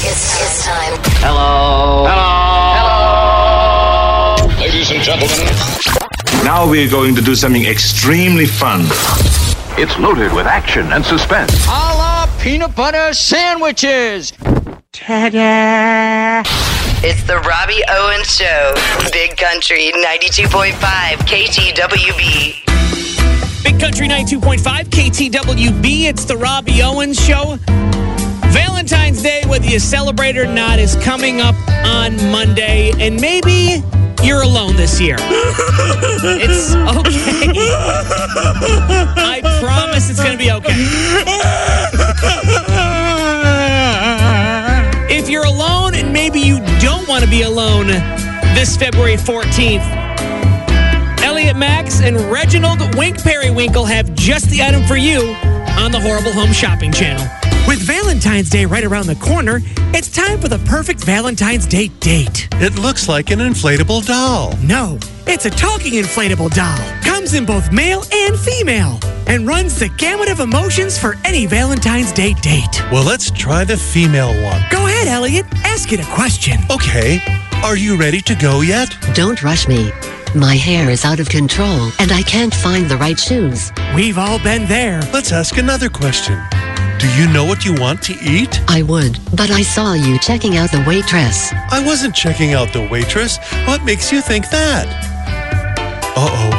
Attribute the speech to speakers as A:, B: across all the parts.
A: This time,
B: Hello. Hello. Hello.
C: Ladies and gentlemen,
D: Now we're going to do something extremely fun.
E: It's loaded with action and suspense.
B: I love peanut butter sandwiches.
A: it's the Robbie Owens Show. Big Country 92.5 KTWB.
F: Big Country 92.5, KTWB. It's the Robbie Owens Show. Valentine's Day, whether you celebrate or not, is coming up on Monday, and maybe you're alone this year. it's okay. I promise it's going to be okay. If you're alone and maybe you don't want to be alone this February 14th, Elliot Max and Reginald Wink Periwinkle have just the item for you on the Horrible Home Shopping Channel. With Valentine's Day right around the corner, it's time for the perfect Valentine's Day date.
G: It looks like an inflatable doll.
F: No, it's a talking inflatable doll. Comes in both male and female and runs the gamut of emotions for any Valentine's Day date.
G: Well, let's try the female one.
F: Go ahead, Elliot, ask it a question.
G: Okay, are you ready to go yet?
H: Don't rush me. My hair is out of control and I can't find the right shoes.
F: We've all been there.
G: Let's ask another question. Do you know what you want to eat?
H: I would, but I saw you checking out the waitress.
G: I wasn't checking out the waitress. What makes you think that? Uh oh,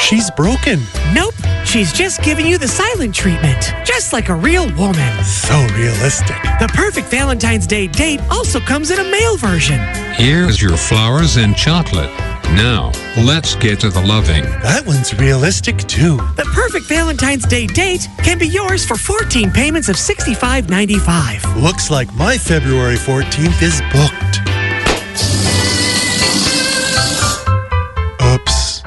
G: she's broken.
F: Nope, she's just giving you the silent treatment, just like a real woman.
G: So realistic.
F: The perfect Valentine's Day date also comes in a male version.
I: Here's your flowers and chocolate. Now, let's get to the loving.
G: That one's realistic too.
F: The perfect Valentine's Day date can be yours for 14 payments of $65.95.
G: Looks like my February 14th is booked. Oops.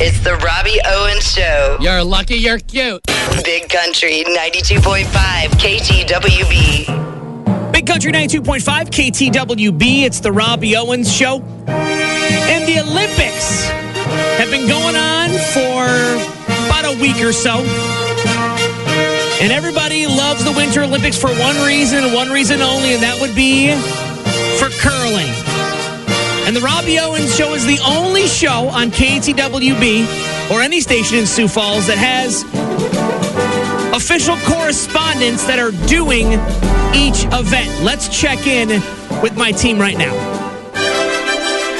A: It's the Robbie Owens Show.
B: You're lucky you're cute.
A: Big Country 92.5 KTWB.
F: Big Country 92.5, KTWB. It's the Robbie Owens Show. And the Olympics have been going on for about a week or so. And everybody loves the Winter Olympics for one reason, one reason only, and that would be for curling. And the Robbie Owens Show is the only show on KTWB or any station in Sioux Falls that has official correspondents that are doing each event. Let's check in with my team right now.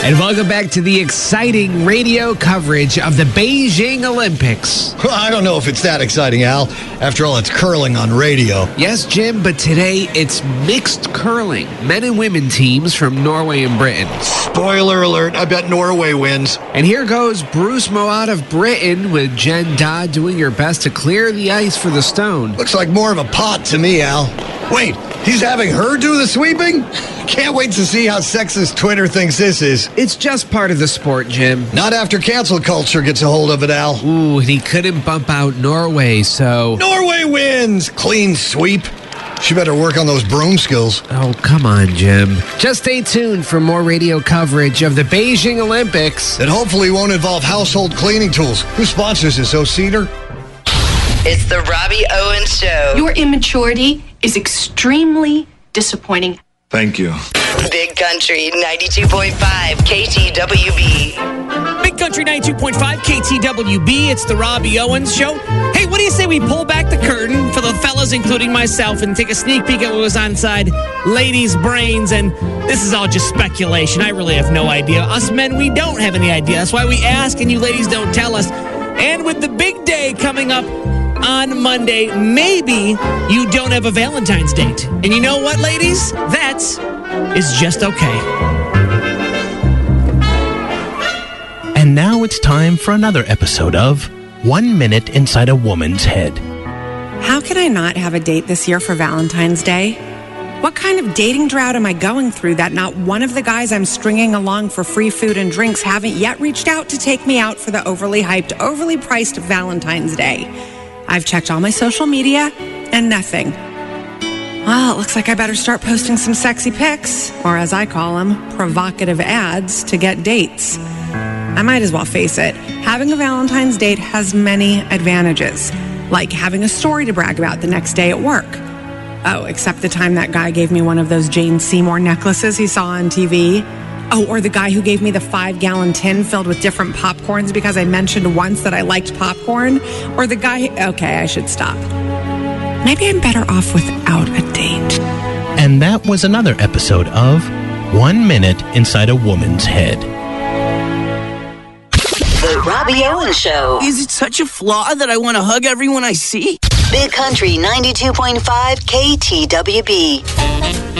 J: And welcome back to the exciting radio coverage of the Beijing Olympics.
K: Well, I don't know if it's that exciting, Al. After all, it's curling on radio.
J: Yes, Jim, but today it's mixed curling, men and women teams from Norway and Britain.
K: Spoiler alert, I bet Norway wins.
J: And here goes Bruce Moat of Britain with Jen Dodd doing her best to clear the ice for the stone.
K: Looks like more of a pot to me, Al. Wait, he's having her do the sweeping? Can't wait to see how sexist Twitter thinks this is.
J: It's just part of the sport, Jim.
K: Not after cancel culture gets a hold of it, Al.
J: Ooh, and he couldn't bump out Norway, so.
K: Norway wins! Clean sweep. She better work on those broom skills.
J: Oh, come on, Jim. Just stay tuned for more radio coverage of the Beijing Olympics.
K: It hopefully won't involve household cleaning tools. Who sponsors this, O'Cedar?
A: It's the Robbie Owens Show.
L: Your immaturity is extremely disappointing.
D: Thank you.
A: Big Country 92.5 KTWB.
F: Big Country 92.5 KTWB. It's the Robbie Owens Show. Hey, what do you say we pull back the curtain for the fellas, including myself, and take a sneak peek at what was inside ladies' brains? And this is all just speculation. I really have no idea. Us men, we don't have any idea. That's why we ask, and you ladies don't tell us. And with the big day coming up on Monday, maybe you don't have a Valentine's date. And you know what, ladies? That is just okay.
G: And now it's time for another episode of One Minute Inside a Woman's Head.
L: How can I not have a date this year for Valentine's Day? What kind of dating drought am I going through that not one of the guys I'm stringing along for free food and drinks haven't yet reached out to take me out for the overly hyped, overly priced Valentine's Day? I've checked all my social media and nothing. Well, it looks like I better start posting some sexy pics, or as I call them, provocative ads to get dates. I might as well face it. Having a Valentine's date has many advantages, like having a story to brag about the next day at work. Oh, except the time that guy gave me one of those Jane Seymour necklaces he saw on TV. Oh, or the guy who gave me the five gallon tin filled with different popcorns because I mentioned once that I liked popcorn. Or the guy, okay, I should stop. Maybe I'm better off without a date.
C: And that was another episode of One Minute Inside a Woman's Head.
M: The Robbie Owen Show.
N: Is it such a flaw that I want to hug everyone I see?
M: Big Country 92.5 KTWB.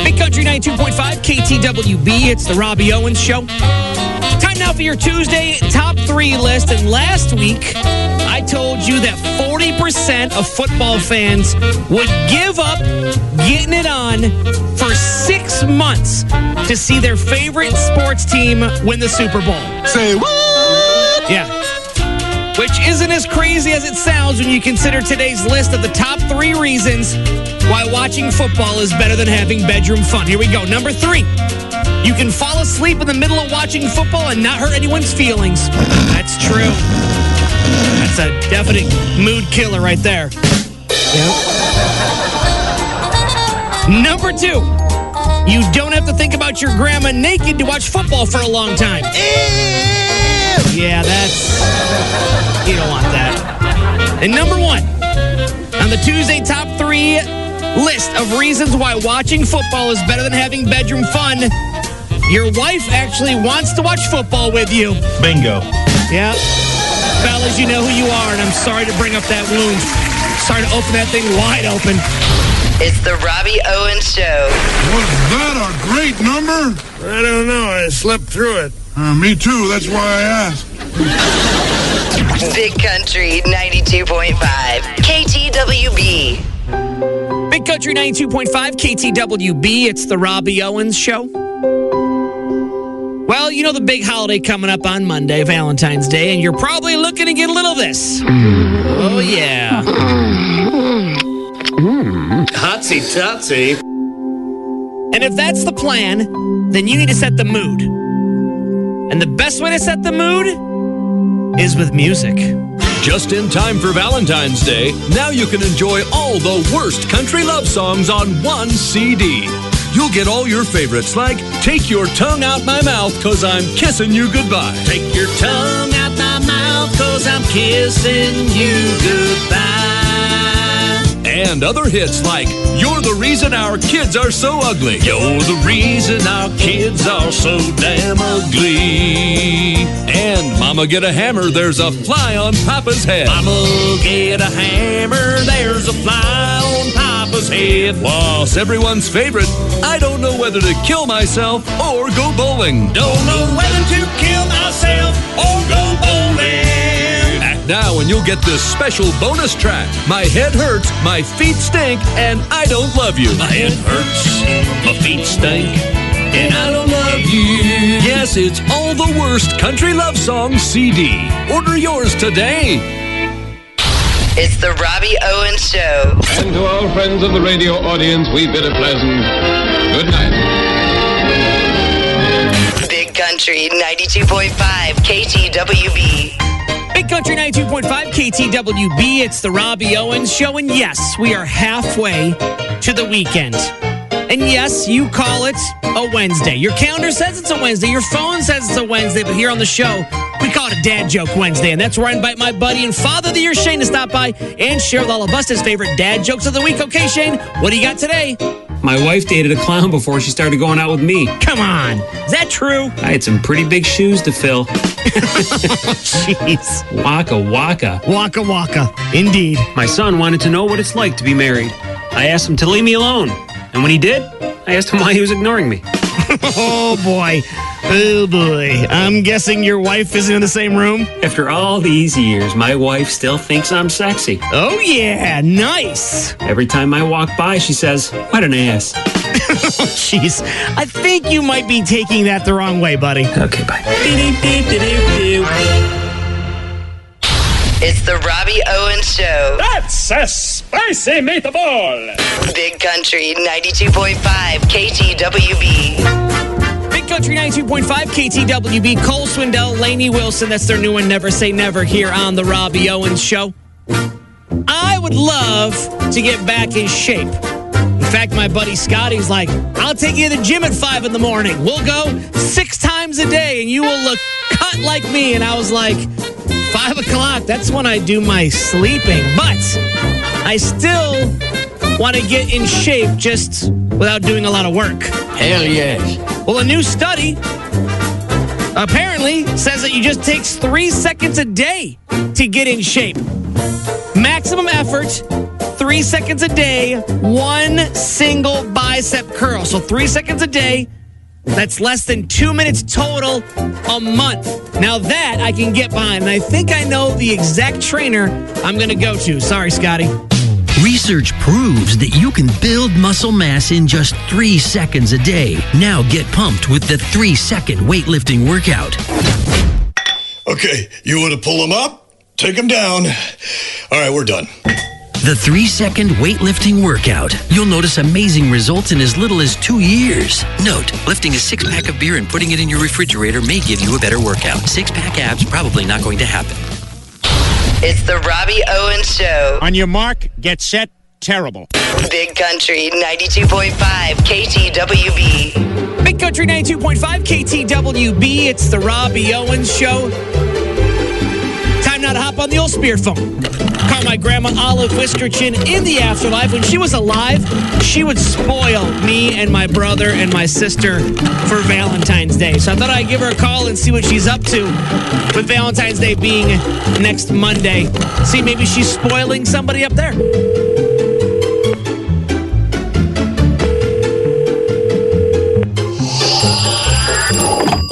F: Big Country 92.5 KTWB. It's the Robbie Owens Show. Time now for your Tuesday top three list. And last week, I told you that 40% of football fans would give up getting it on for six months to see their favorite sports team win the Super Bowl. Say what? Yeah which isn't as crazy as it sounds when you consider today's list of the top three reasons why watching football is better than having bedroom fun. Here we go. Number three, you can fall asleep in the middle of watching football and not hurt anyone's feelings. That's true. That's a definite mood killer right there. Number two, you don't have to think about your grandma naked to watch football for a long time. Yeah, that's. You don't want that. And number one on the Tuesday top three list of reasons why watching football is better than having bedroom fun. Your wife actually wants to watch football with you.
C: Bingo.
F: Yeah. Fellas, you know who you are, and I'm sorry to bring up that wound. Sorry to open that thing wide open.
A: It's the Robbie Owens Show.
O: Was that a great number? I don't know. I slept through it. me too. That's why I asked.
A: Big Country 92.5 KTWB.
F: Big Country 92.5 KTWB. It's the Robbie Owens Show. Well, you know the big holiday coming up on Monday, Valentine's Day, and you're probably looking to get a little of this. Oh, yeah.
P: Hotsy totsy.
F: And if that's the plan, then you need to set the mood. And the best way to set the mood is with music.
Q: Just in time for Valentine's Day, now you can enjoy all the worst country love songs on one CD. You'll get all your favorites like Take Your Tongue Out My Mouth Cause I'm Kissing You Goodbye. Take Your Tongue Out My Mouth Cause I'm Kissing You Goodbye. And other hits like You're the Reason Our Kids Are So Ugly. You're the Reason Our Kids Are So Damn Ugly. And Mama Get a Hammer, There's a Fly on Papa's Head. Mama Get a Hammer, There's a Fly on Papa's Head. Whilst everyone's favorite, I don't know whether to kill myself or go bowling. Don't know whether to kill myself or go bowling. Act now and you'll get this special bonus track. My head hurts, my feet stink, and I don't love you. My head hurts, my feet stink, and I don't love you. Yes, it's all the worst country love song CD. Order yours today.
A: It's the Robbie Owens Show.
R: And to all friends of the radio audience, we bid a pleasant good night.
A: Big Country 92.5 KTWB.
F: Big Country 92.5 KTWB. It's the Robbie Owens Show. And yes, we are halfway to the weekend. And yes, you call it a Wednesday. Your calendar says it's a Wednesday. Your phone says it's a Wednesday. But here on the show, we call it a Dad Joke Wednesday. And that's where I invite my buddy and father of the year, Shane, to stop by and share with all of us his favorite dad jokes of the week. Okay, Shane, what do you got today?
S: My wife dated a clown before she started going out with me.
F: Come on. Is that true?
S: I had some pretty big shoes to fill.
F: Jeez.
S: Waka waka.
F: Waka waka. Indeed.
S: My son wanted to know what it's like to be married. I asked him to leave me alone. And when he did, I asked him why he was ignoring me.
F: oh boy. Oh boy. I'm guessing your wife isn't in the same room?
S: After all these years, my wife still thinks I'm sexy.
F: Oh yeah, nice.
S: Every time I walk by, she says, What an ass.
F: Oh, Jeez. I think you might be taking that the wrong way, buddy.
S: Okay, bye.
A: It's the Robbie Owens Show.
P: That's a spicy meatball.
A: Big Country 92.5 KTWB.
F: Big Country 92.5 KTWB, Cole Swindell, Laney Wilson. That's their new one, Never Say Never, here on The Robbie Owens Show. I would love to get back in shape. In fact, my buddy Scotty's like, I'll take you to the gym at five in the morning. We'll go six times a day and you will look cut like me. And I was like, five o'clock, that's when I do my sleeping. But I still want to get in shape just without doing a lot of work. Hell yes. Well, a new study apparently says that you just takes three seconds a day to get in shape. Maximum effort, three seconds a day, one single bicep curl. So three seconds a day. That's less than two minutes total a month. Now that I can get behind, and I think I know the exact trainer I'm going to go to. Sorry, Scotty.
T: Research proves that you can build muscle mass in just three seconds a day. Now get pumped with the three second weightlifting workout.
K: Okay, you want to pull them up, take them down. All right, we're done.
T: The three second weightlifting workout. You'll notice amazing results in as little as two years. Note, lifting a six pack of beer and putting it in your refrigerator may give you a better workout. Six pack abs, probably not going to happen.
A: It's the Robbie Owens Show.
U: On your mark, get set, terrible.
A: Big Country 92.5 KTWB.
F: Big Country 92.5 KTWB. It's the Robbie Owens Show. Time now to hop on the old spear phone. Call my grandma Olive Wisterchin in the afterlife. When she was alive, she would spoil me and my brother and my sister for Valentine's Day. So I thought I'd give her a call and see what she's up to with Valentine's Day being next Monday. See, maybe she's spoiling somebody up there.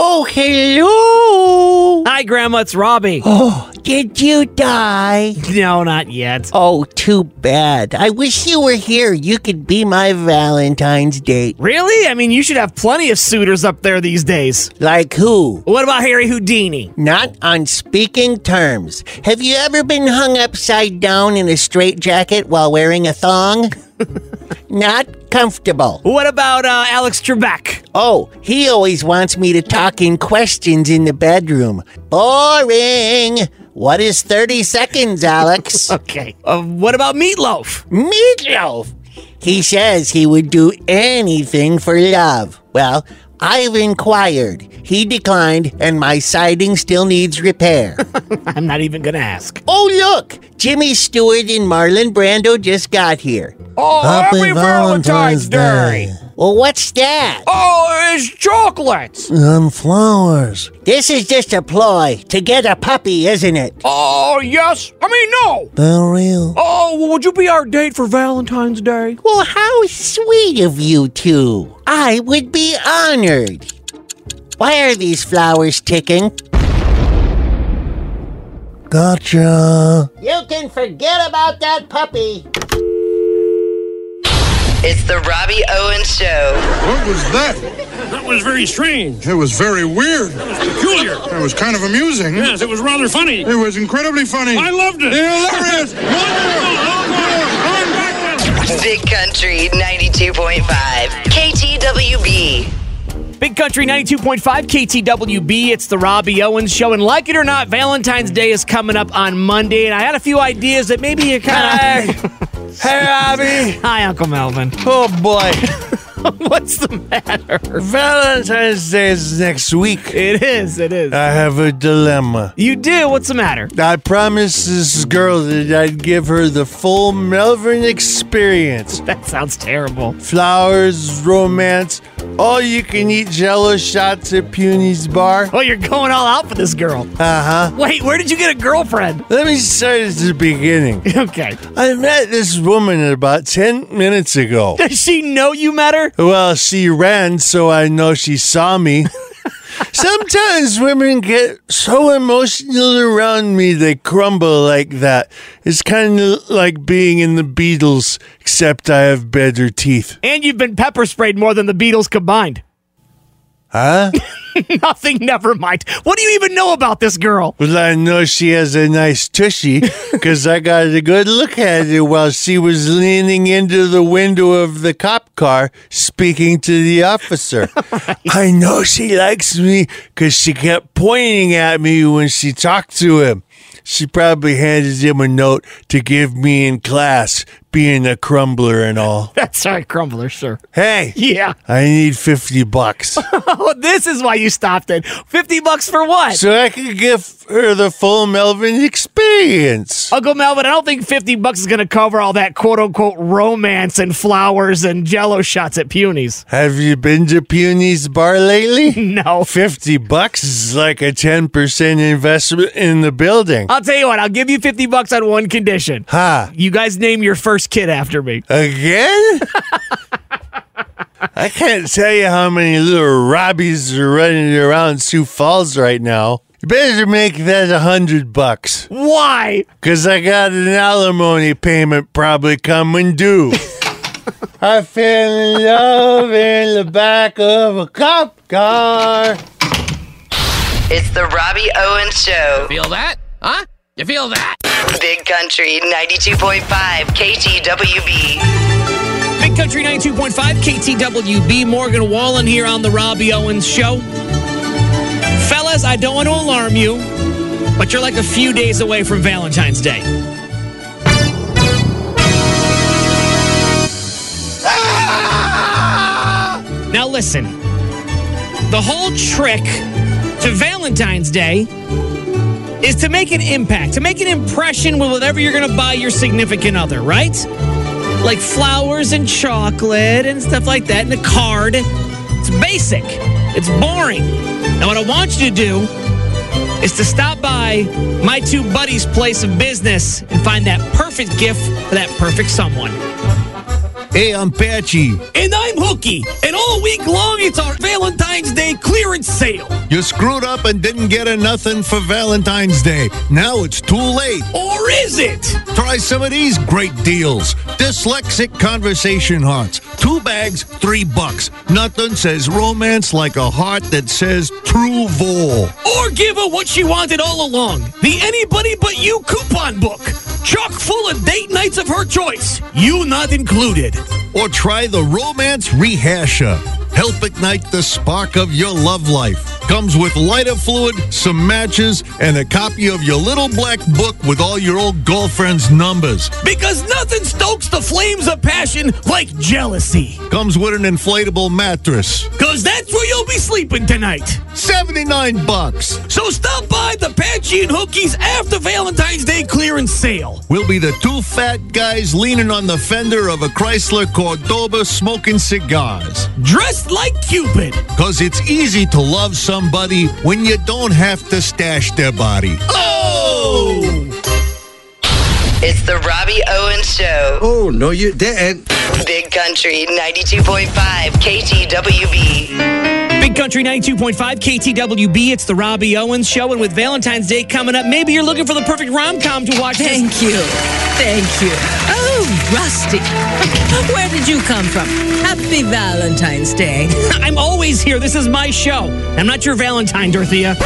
V: Oh, hello.
F: Hi, Grandma. It's Robbie.
V: Oh, did you die?
F: No, not yet.
V: Oh, too bad. I wish you were here. You could be my Valentine's date.
F: Really? I mean, you should have plenty of suitors up there these days.
V: Like who?
F: What about Harry Houdini?
V: Not on speaking terms. Have you ever been hung upside down in a straitjacket while wearing a thong? Not comfortable.
F: What about uh, Alex Trebek?
V: Oh, he always wants me to talk in questions in the bedroom. Boring. What is 30 seconds, Alex?
F: okay. Uh, what about Meatloaf?
V: Meatloaf? He says he would do anything for love. Well, I've inquired. He declined, and my siding still needs repair.
F: I'm not even going to ask.
V: Oh, look! Jimmy Stewart and Marlon Brando just got here.
W: Oh, happy Valentine's Day.
V: Well, what's that?
W: Oh, it's chocolates.
V: And flowers. This is just a ploy to get a puppy, isn't it?
W: Oh, yes. I mean, no.
V: They're real.
W: Oh, well, would you be our date for Valentine's Day?
V: Well, how sweet of you two. I would be honored. Why are these flowers ticking?
K: Gotcha.
V: You can forget about that puppy.
A: It's the Robbie Owens Show.
O: What was that?
P: That was very strange.
O: It was very weird.
P: Peculiar.
O: It was kind of amusing.
P: Yes, it was rather funny.
O: It was incredibly funny.
P: I loved it.
O: Hilarious. Wonderful.
A: Big Country 92.5 KTWB.
F: Big Country 92.5 KTWB. It's the Robbie Owens Show. And like it or not, Valentine's Day is coming up on Monday. And I had a few ideas that maybe you kind of.
W: Hey, Abby.
F: Hi, Uncle Melvin.
W: Oh, boy.
F: What's the matter?
W: Valentine's Day is next week.
F: It is. It is.
W: I have a dilemma.
F: you do. What's the matter?
W: I promised this girl that I'd give her the full Melvin experience.
F: That sounds terrible.
W: Flowers, romance, all you can eat jello shots at Puny's bar.
F: Oh, you're going all out for this girl.
W: Uh huh.
F: Wait, where did you get a girlfriend?
W: Let me start at the beginning.
F: Okay.
W: I met this woman about 10 minutes ago.
F: Does she know you met her?
W: Well, she ran, so I know she saw me. Sometimes women get so emotional around me they crumble like that. It's kind of like being in the Beatles, except I have better teeth.
F: And you've been pepper sprayed more than the Beatles combined.
W: Huh?
F: Nothing, never mind. What do you even know about this girl?
W: Well, I know she has a nice tushy because I got a good look at her while she was leaning into the window of the cop car speaking to the officer. I know she likes me because she kept pointing at me when she talked to him. She probably handed him a note to give me in class being a crumbler and all.
E: That's right, Crumbler, sure.
W: Hey.
E: Yeah.
W: I need 50 bucks.
E: Oh, this is why you stopped it. 50 bucks for what?
W: So I could give her the full Melvin experience.
E: Uncle Melvin, I don't think 50 bucks is going to cover all that quote unquote romance and flowers and jello shots at Punies.
W: Have you been to Puny's bar lately?
E: No.
W: 50 bucks is like a 10% investment in the building.
E: I'll tell you what, I'll give you 50 bucks on one condition.
W: Ha. Uh,
E: You guys name your first kid after me.
W: Again? I can't tell you how many little Robbies are running around Sioux Falls right now. You better make that a hundred bucks.
E: Why?
W: Cause I got an alimony payment probably coming due. I fell in love in the back of a cop car.
A: It's the Robbie Owens Show. Feel that?
B: Huh? You feel that?
A: Big Country 92.5 KTWB.
F: Big Country 92.5, KTWB, Morgan Wallen here on the Robbie Owens Show. Fellas, I don't want to alarm you, but you're like a few days away from Valentine's Day. Now, listen, the whole trick to Valentine's Day is to make an impact, to make an impression with whatever you're going to buy your significant other, right? Like flowers and chocolate and stuff like that, and a card. It's basic, it's boring. Now, what I want you to do is to stop by my two buddies' place of business and find that perfect gift for that perfect someone.
H: Hey, I'm Patchy.
P: And I'm Hooky. And all week long, it's our Valentine's Day clearance sale.
H: You screwed up and didn't get a nothing for Valentine's Day. Now it's too late.
P: Or is it?
H: Try some of these great deals. Dyslexic conversation hearts. Two bags, three bucks. Nothing says romance like a heart that says true vol.
P: Or give her what she wanted all along the Anybody But You coupon book. Chock full of date nights of her choice. You not included.
H: Or try the Romance Rehasher. Help ignite the spark of your love life. Comes with lighter fluid, some matches, and a copy of your little black book with all your old girlfriend's numbers.
P: Because nothing stokes the flames of passion like jealousy.
H: Comes with an inflatable mattress.
P: Because that's where you'll be sleeping tonight.
H: 79 bucks.
P: So stop by the Patchy and Hookies after Valentine's Day clearance sale.
H: We'll be the two fat guys leaning on the fender of a Chrysler Cordoba smoking cigars.
P: Dressed like Cupid.
H: Because it's easy to love somebody when you don't have to stash their body.
P: Oh!
A: It's the Robbie Owens Show.
H: Oh, no, you didn't.
A: Big Country 92.5 KTWB.
F: Big Country 92.5, KTWB. It's the Robbie Owens Show. And with Valentine's Day coming up, maybe you're looking for the perfect rom com to watch. Thank
I: you. Thank you. Oh, Rusty. Where did you come from? Happy Valentine's Day.
F: I'm always here. This is my show. I'm not your Valentine, Dorothea.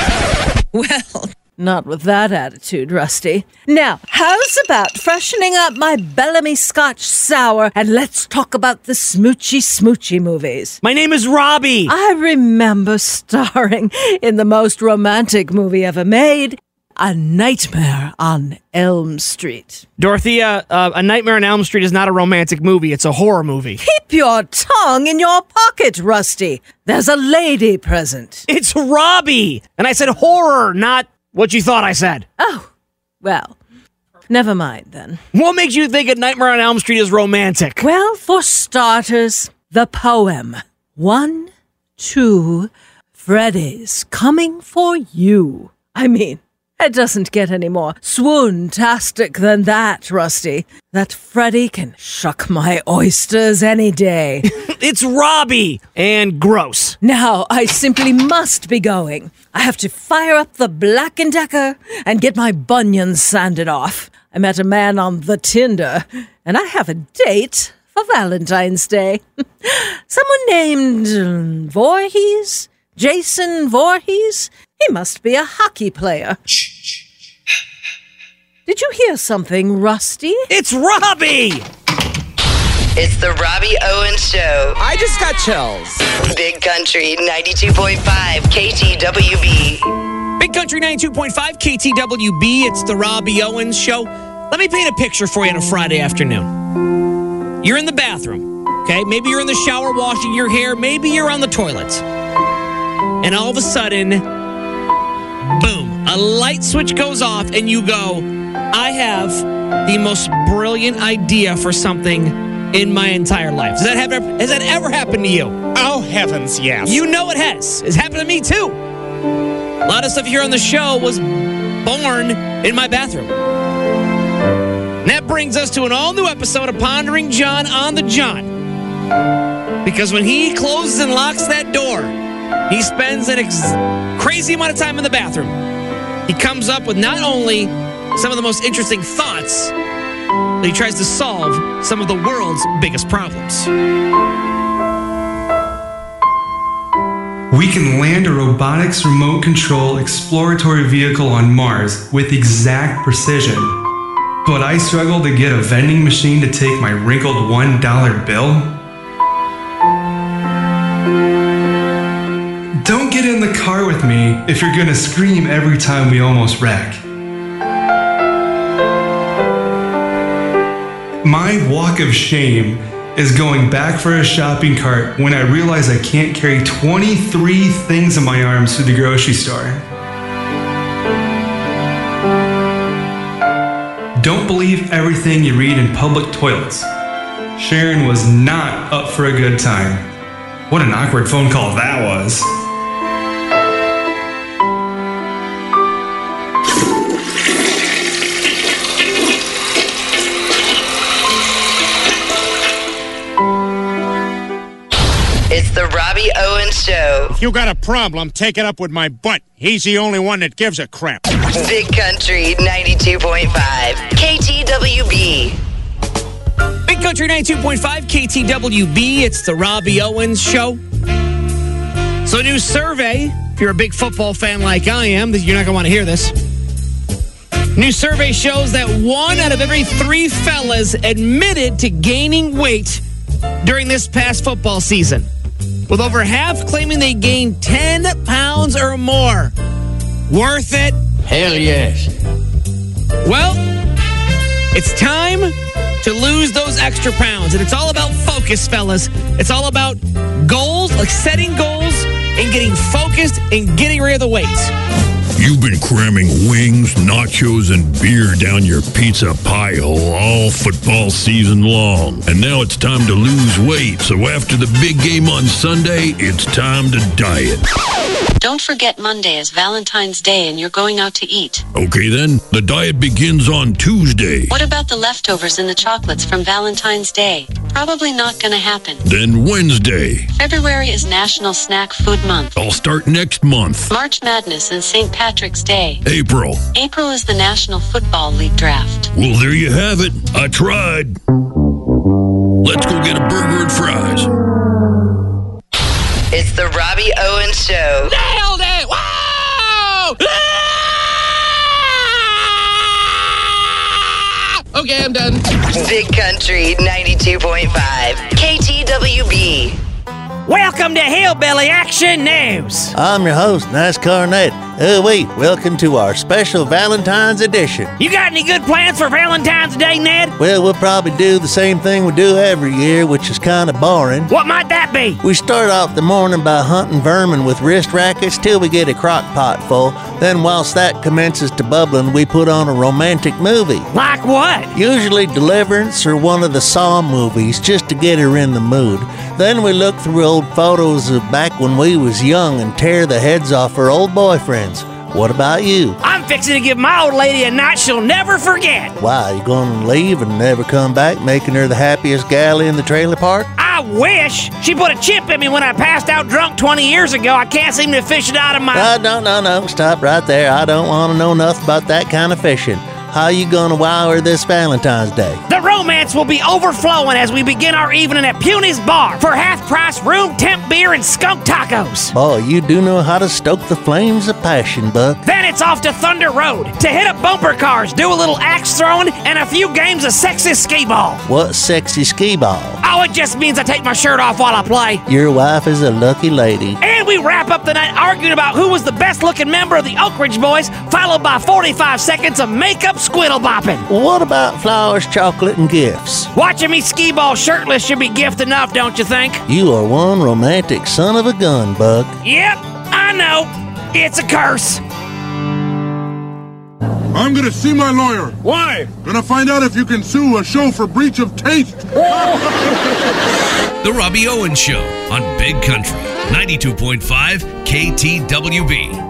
I: Well, not with that attitude, Rusty. Now, how's about freshening up my Bellamy Scotch Sour and let's talk about the smoochy smoochy movies?
F: My name is Robbie.
I: I remember starring in the most romantic movie ever made A Nightmare on Elm Street.
F: Dorothea, uh, A Nightmare on Elm Street is not a romantic movie, it's a horror movie.
I: Keep your tongue in your pocket, Rusty. There's a lady present.
F: It's Robbie. And I said horror, not what you thought I said.
I: Oh, well, never mind then.
F: What makes you think A Nightmare on Elm Street is romantic?
I: Well, for starters, the poem. One, two, Freddy's coming for you. I mean, it doesn't get any more swoontastic than that, Rusty. That Freddy can shuck my oysters any day.
F: It's Robbie and gross.
I: Now I simply must be going. I have to fire up the Black and Decker and get my bunions sanded off. I met a man on the Tinder, and I have a date for Valentine's Day. Someone named um, Voorhees, Jason Voorhees. He must be a hockey player. Did you hear something, Rusty?
F: It's Robbie.
A: It's the Robbie Owens Show.
X: I just got chills.
A: Big Country 92.5 KTWB.
F: Big Country 92.5, KTWB. It's the Robbie Owens Show. Let me paint a picture for you on a Friday afternoon. You're in the bathroom, okay? Maybe you're in the shower washing your hair, maybe you're on the toilet. And all of a sudden, boom, a light switch goes off, and you go, I have the most brilliant idea for something in my entire life. Does that happen, has that ever happened to you?
U: Oh, heavens, yes.
F: You know it has. It's happened to me too. A lot of stuff here on the show was born in my bathroom. And that brings us to an all new episode of Pondering John on the John. Because when he closes and locks that door, he spends an ex- crazy amount of time in the bathroom. He comes up with not only some of the most interesting thoughts, but he tries to solve some of the world's biggest problems.
D: We can land a robotics remote control exploratory vehicle on Mars with exact precision. But I struggle to get a vending machine to take my wrinkled $1 bill. Don't get in the car with me if you're gonna scream every time we almost wreck. My walk of shame is going back for a shopping cart when I realize I can't carry 23 things in my arms to the grocery store. Don't believe everything you read in public toilets. Sharon was not up for a good time. What an awkward phone call that was.
A: It's the Robbie Owens Show.
U: If you got a problem, take it up with my butt. He's the only one that gives a crap.
A: Big Country 92.5. KTWB.
F: Big Country 92.5 KTWB. It's the Robbie Owens Show. So, a new survey. If you're a big football fan like I am, you're not going to want to hear this. New survey shows that one out of every three fellas admitted to gaining weight during this past football season, with over half claiming they gained 10 pounds or more. Worth it? Hell yes. Well, it's time to lose those extra pounds. And it's all about focus, fellas. It's all about goals, like setting goals and getting focused and getting rid of the weights.
G: You've been cramming wings, nachos, and beer down your pizza pie hole all football season long. And now it's time to lose weight. So after the big game on Sunday, it's time to diet.
M: Don't forget Monday is Valentine's Day and you're going out to eat.
G: Okay, then, the diet begins on Tuesday.
M: What about the leftovers and the chocolates from Valentine's Day? Probably not gonna happen.
G: Then Wednesday.
M: February is National Snack Food Month.
G: I'll start next month.
M: March Madness and St. Patrick's Day.
G: April.
M: April is the National Football League Draft.
G: Well, there you have it. I tried. Let's go get a burger and fries.
A: It's the Robbie Owens Show.
F: Nailed it! Wow!
A: Okay, I'm done. Big Country 92.5. KTWB.
F: Welcome to Hillbilly Action News.
Y: I'm your host, Nice Carnett. Oh, wait, welcome to our special Valentine's edition.
F: You got any good plans for Valentine's Day, Ned?
Y: Well, we'll probably do the same thing we do every year, which is kind of boring.
F: What might that be?
Y: We start off the morning by hunting vermin with wrist rackets till we get a crock pot full. Then, whilst that commences to bubbling, we put on a romantic movie.
F: Like what?
Y: Usually Deliverance or one of the Saw movies, just to get her in the mood. Then we look through old photos of back when we was young and tear the heads off her old boyfriends. What about you?
F: I'm fixing to give my old lady a night she'll never forget.
Y: Why, you gonna leave and never come back, making her the happiest gal in the trailer park?
F: I wish she put a chip in me when I passed out drunk 20 years ago. I can't seem to fish it out of my.
Y: Uh, no, no, no, stop right there. I don't want to know nothing about that kind of fishing. How you gonna wow her this Valentine's Day?
F: The romance will be overflowing as we begin our evening at Puny's Bar for half price room temp beer and skunk tacos.
Y: Boy, you do know how to stoke the flames of passion, Buck.
F: Then it's off to Thunder Road to hit up bumper cars, do a little axe throwing, and a few games of sexy skee ball.
Y: What sexy skee ball?
F: Oh, it just means I take my shirt off while I play.
Y: Your wife is a lucky lady.
F: And and we wrap up the night arguing about who was the best looking member of the Oak Ridge Boys, followed by 45 seconds of makeup squiddle bopping.
Y: What about flowers, chocolate, and gifts?
F: Watching me skee ball shirtless should be gift enough, don't you think?
Y: You are one romantic son of a gun, Buck.
F: Yep, I know. It's a curse.
O: I'm gonna see my lawyer. Why? Gonna find out if you can sue a show for breach of taste.
Q: The Robbie Owen Show on Big Country 92.5 KTWB.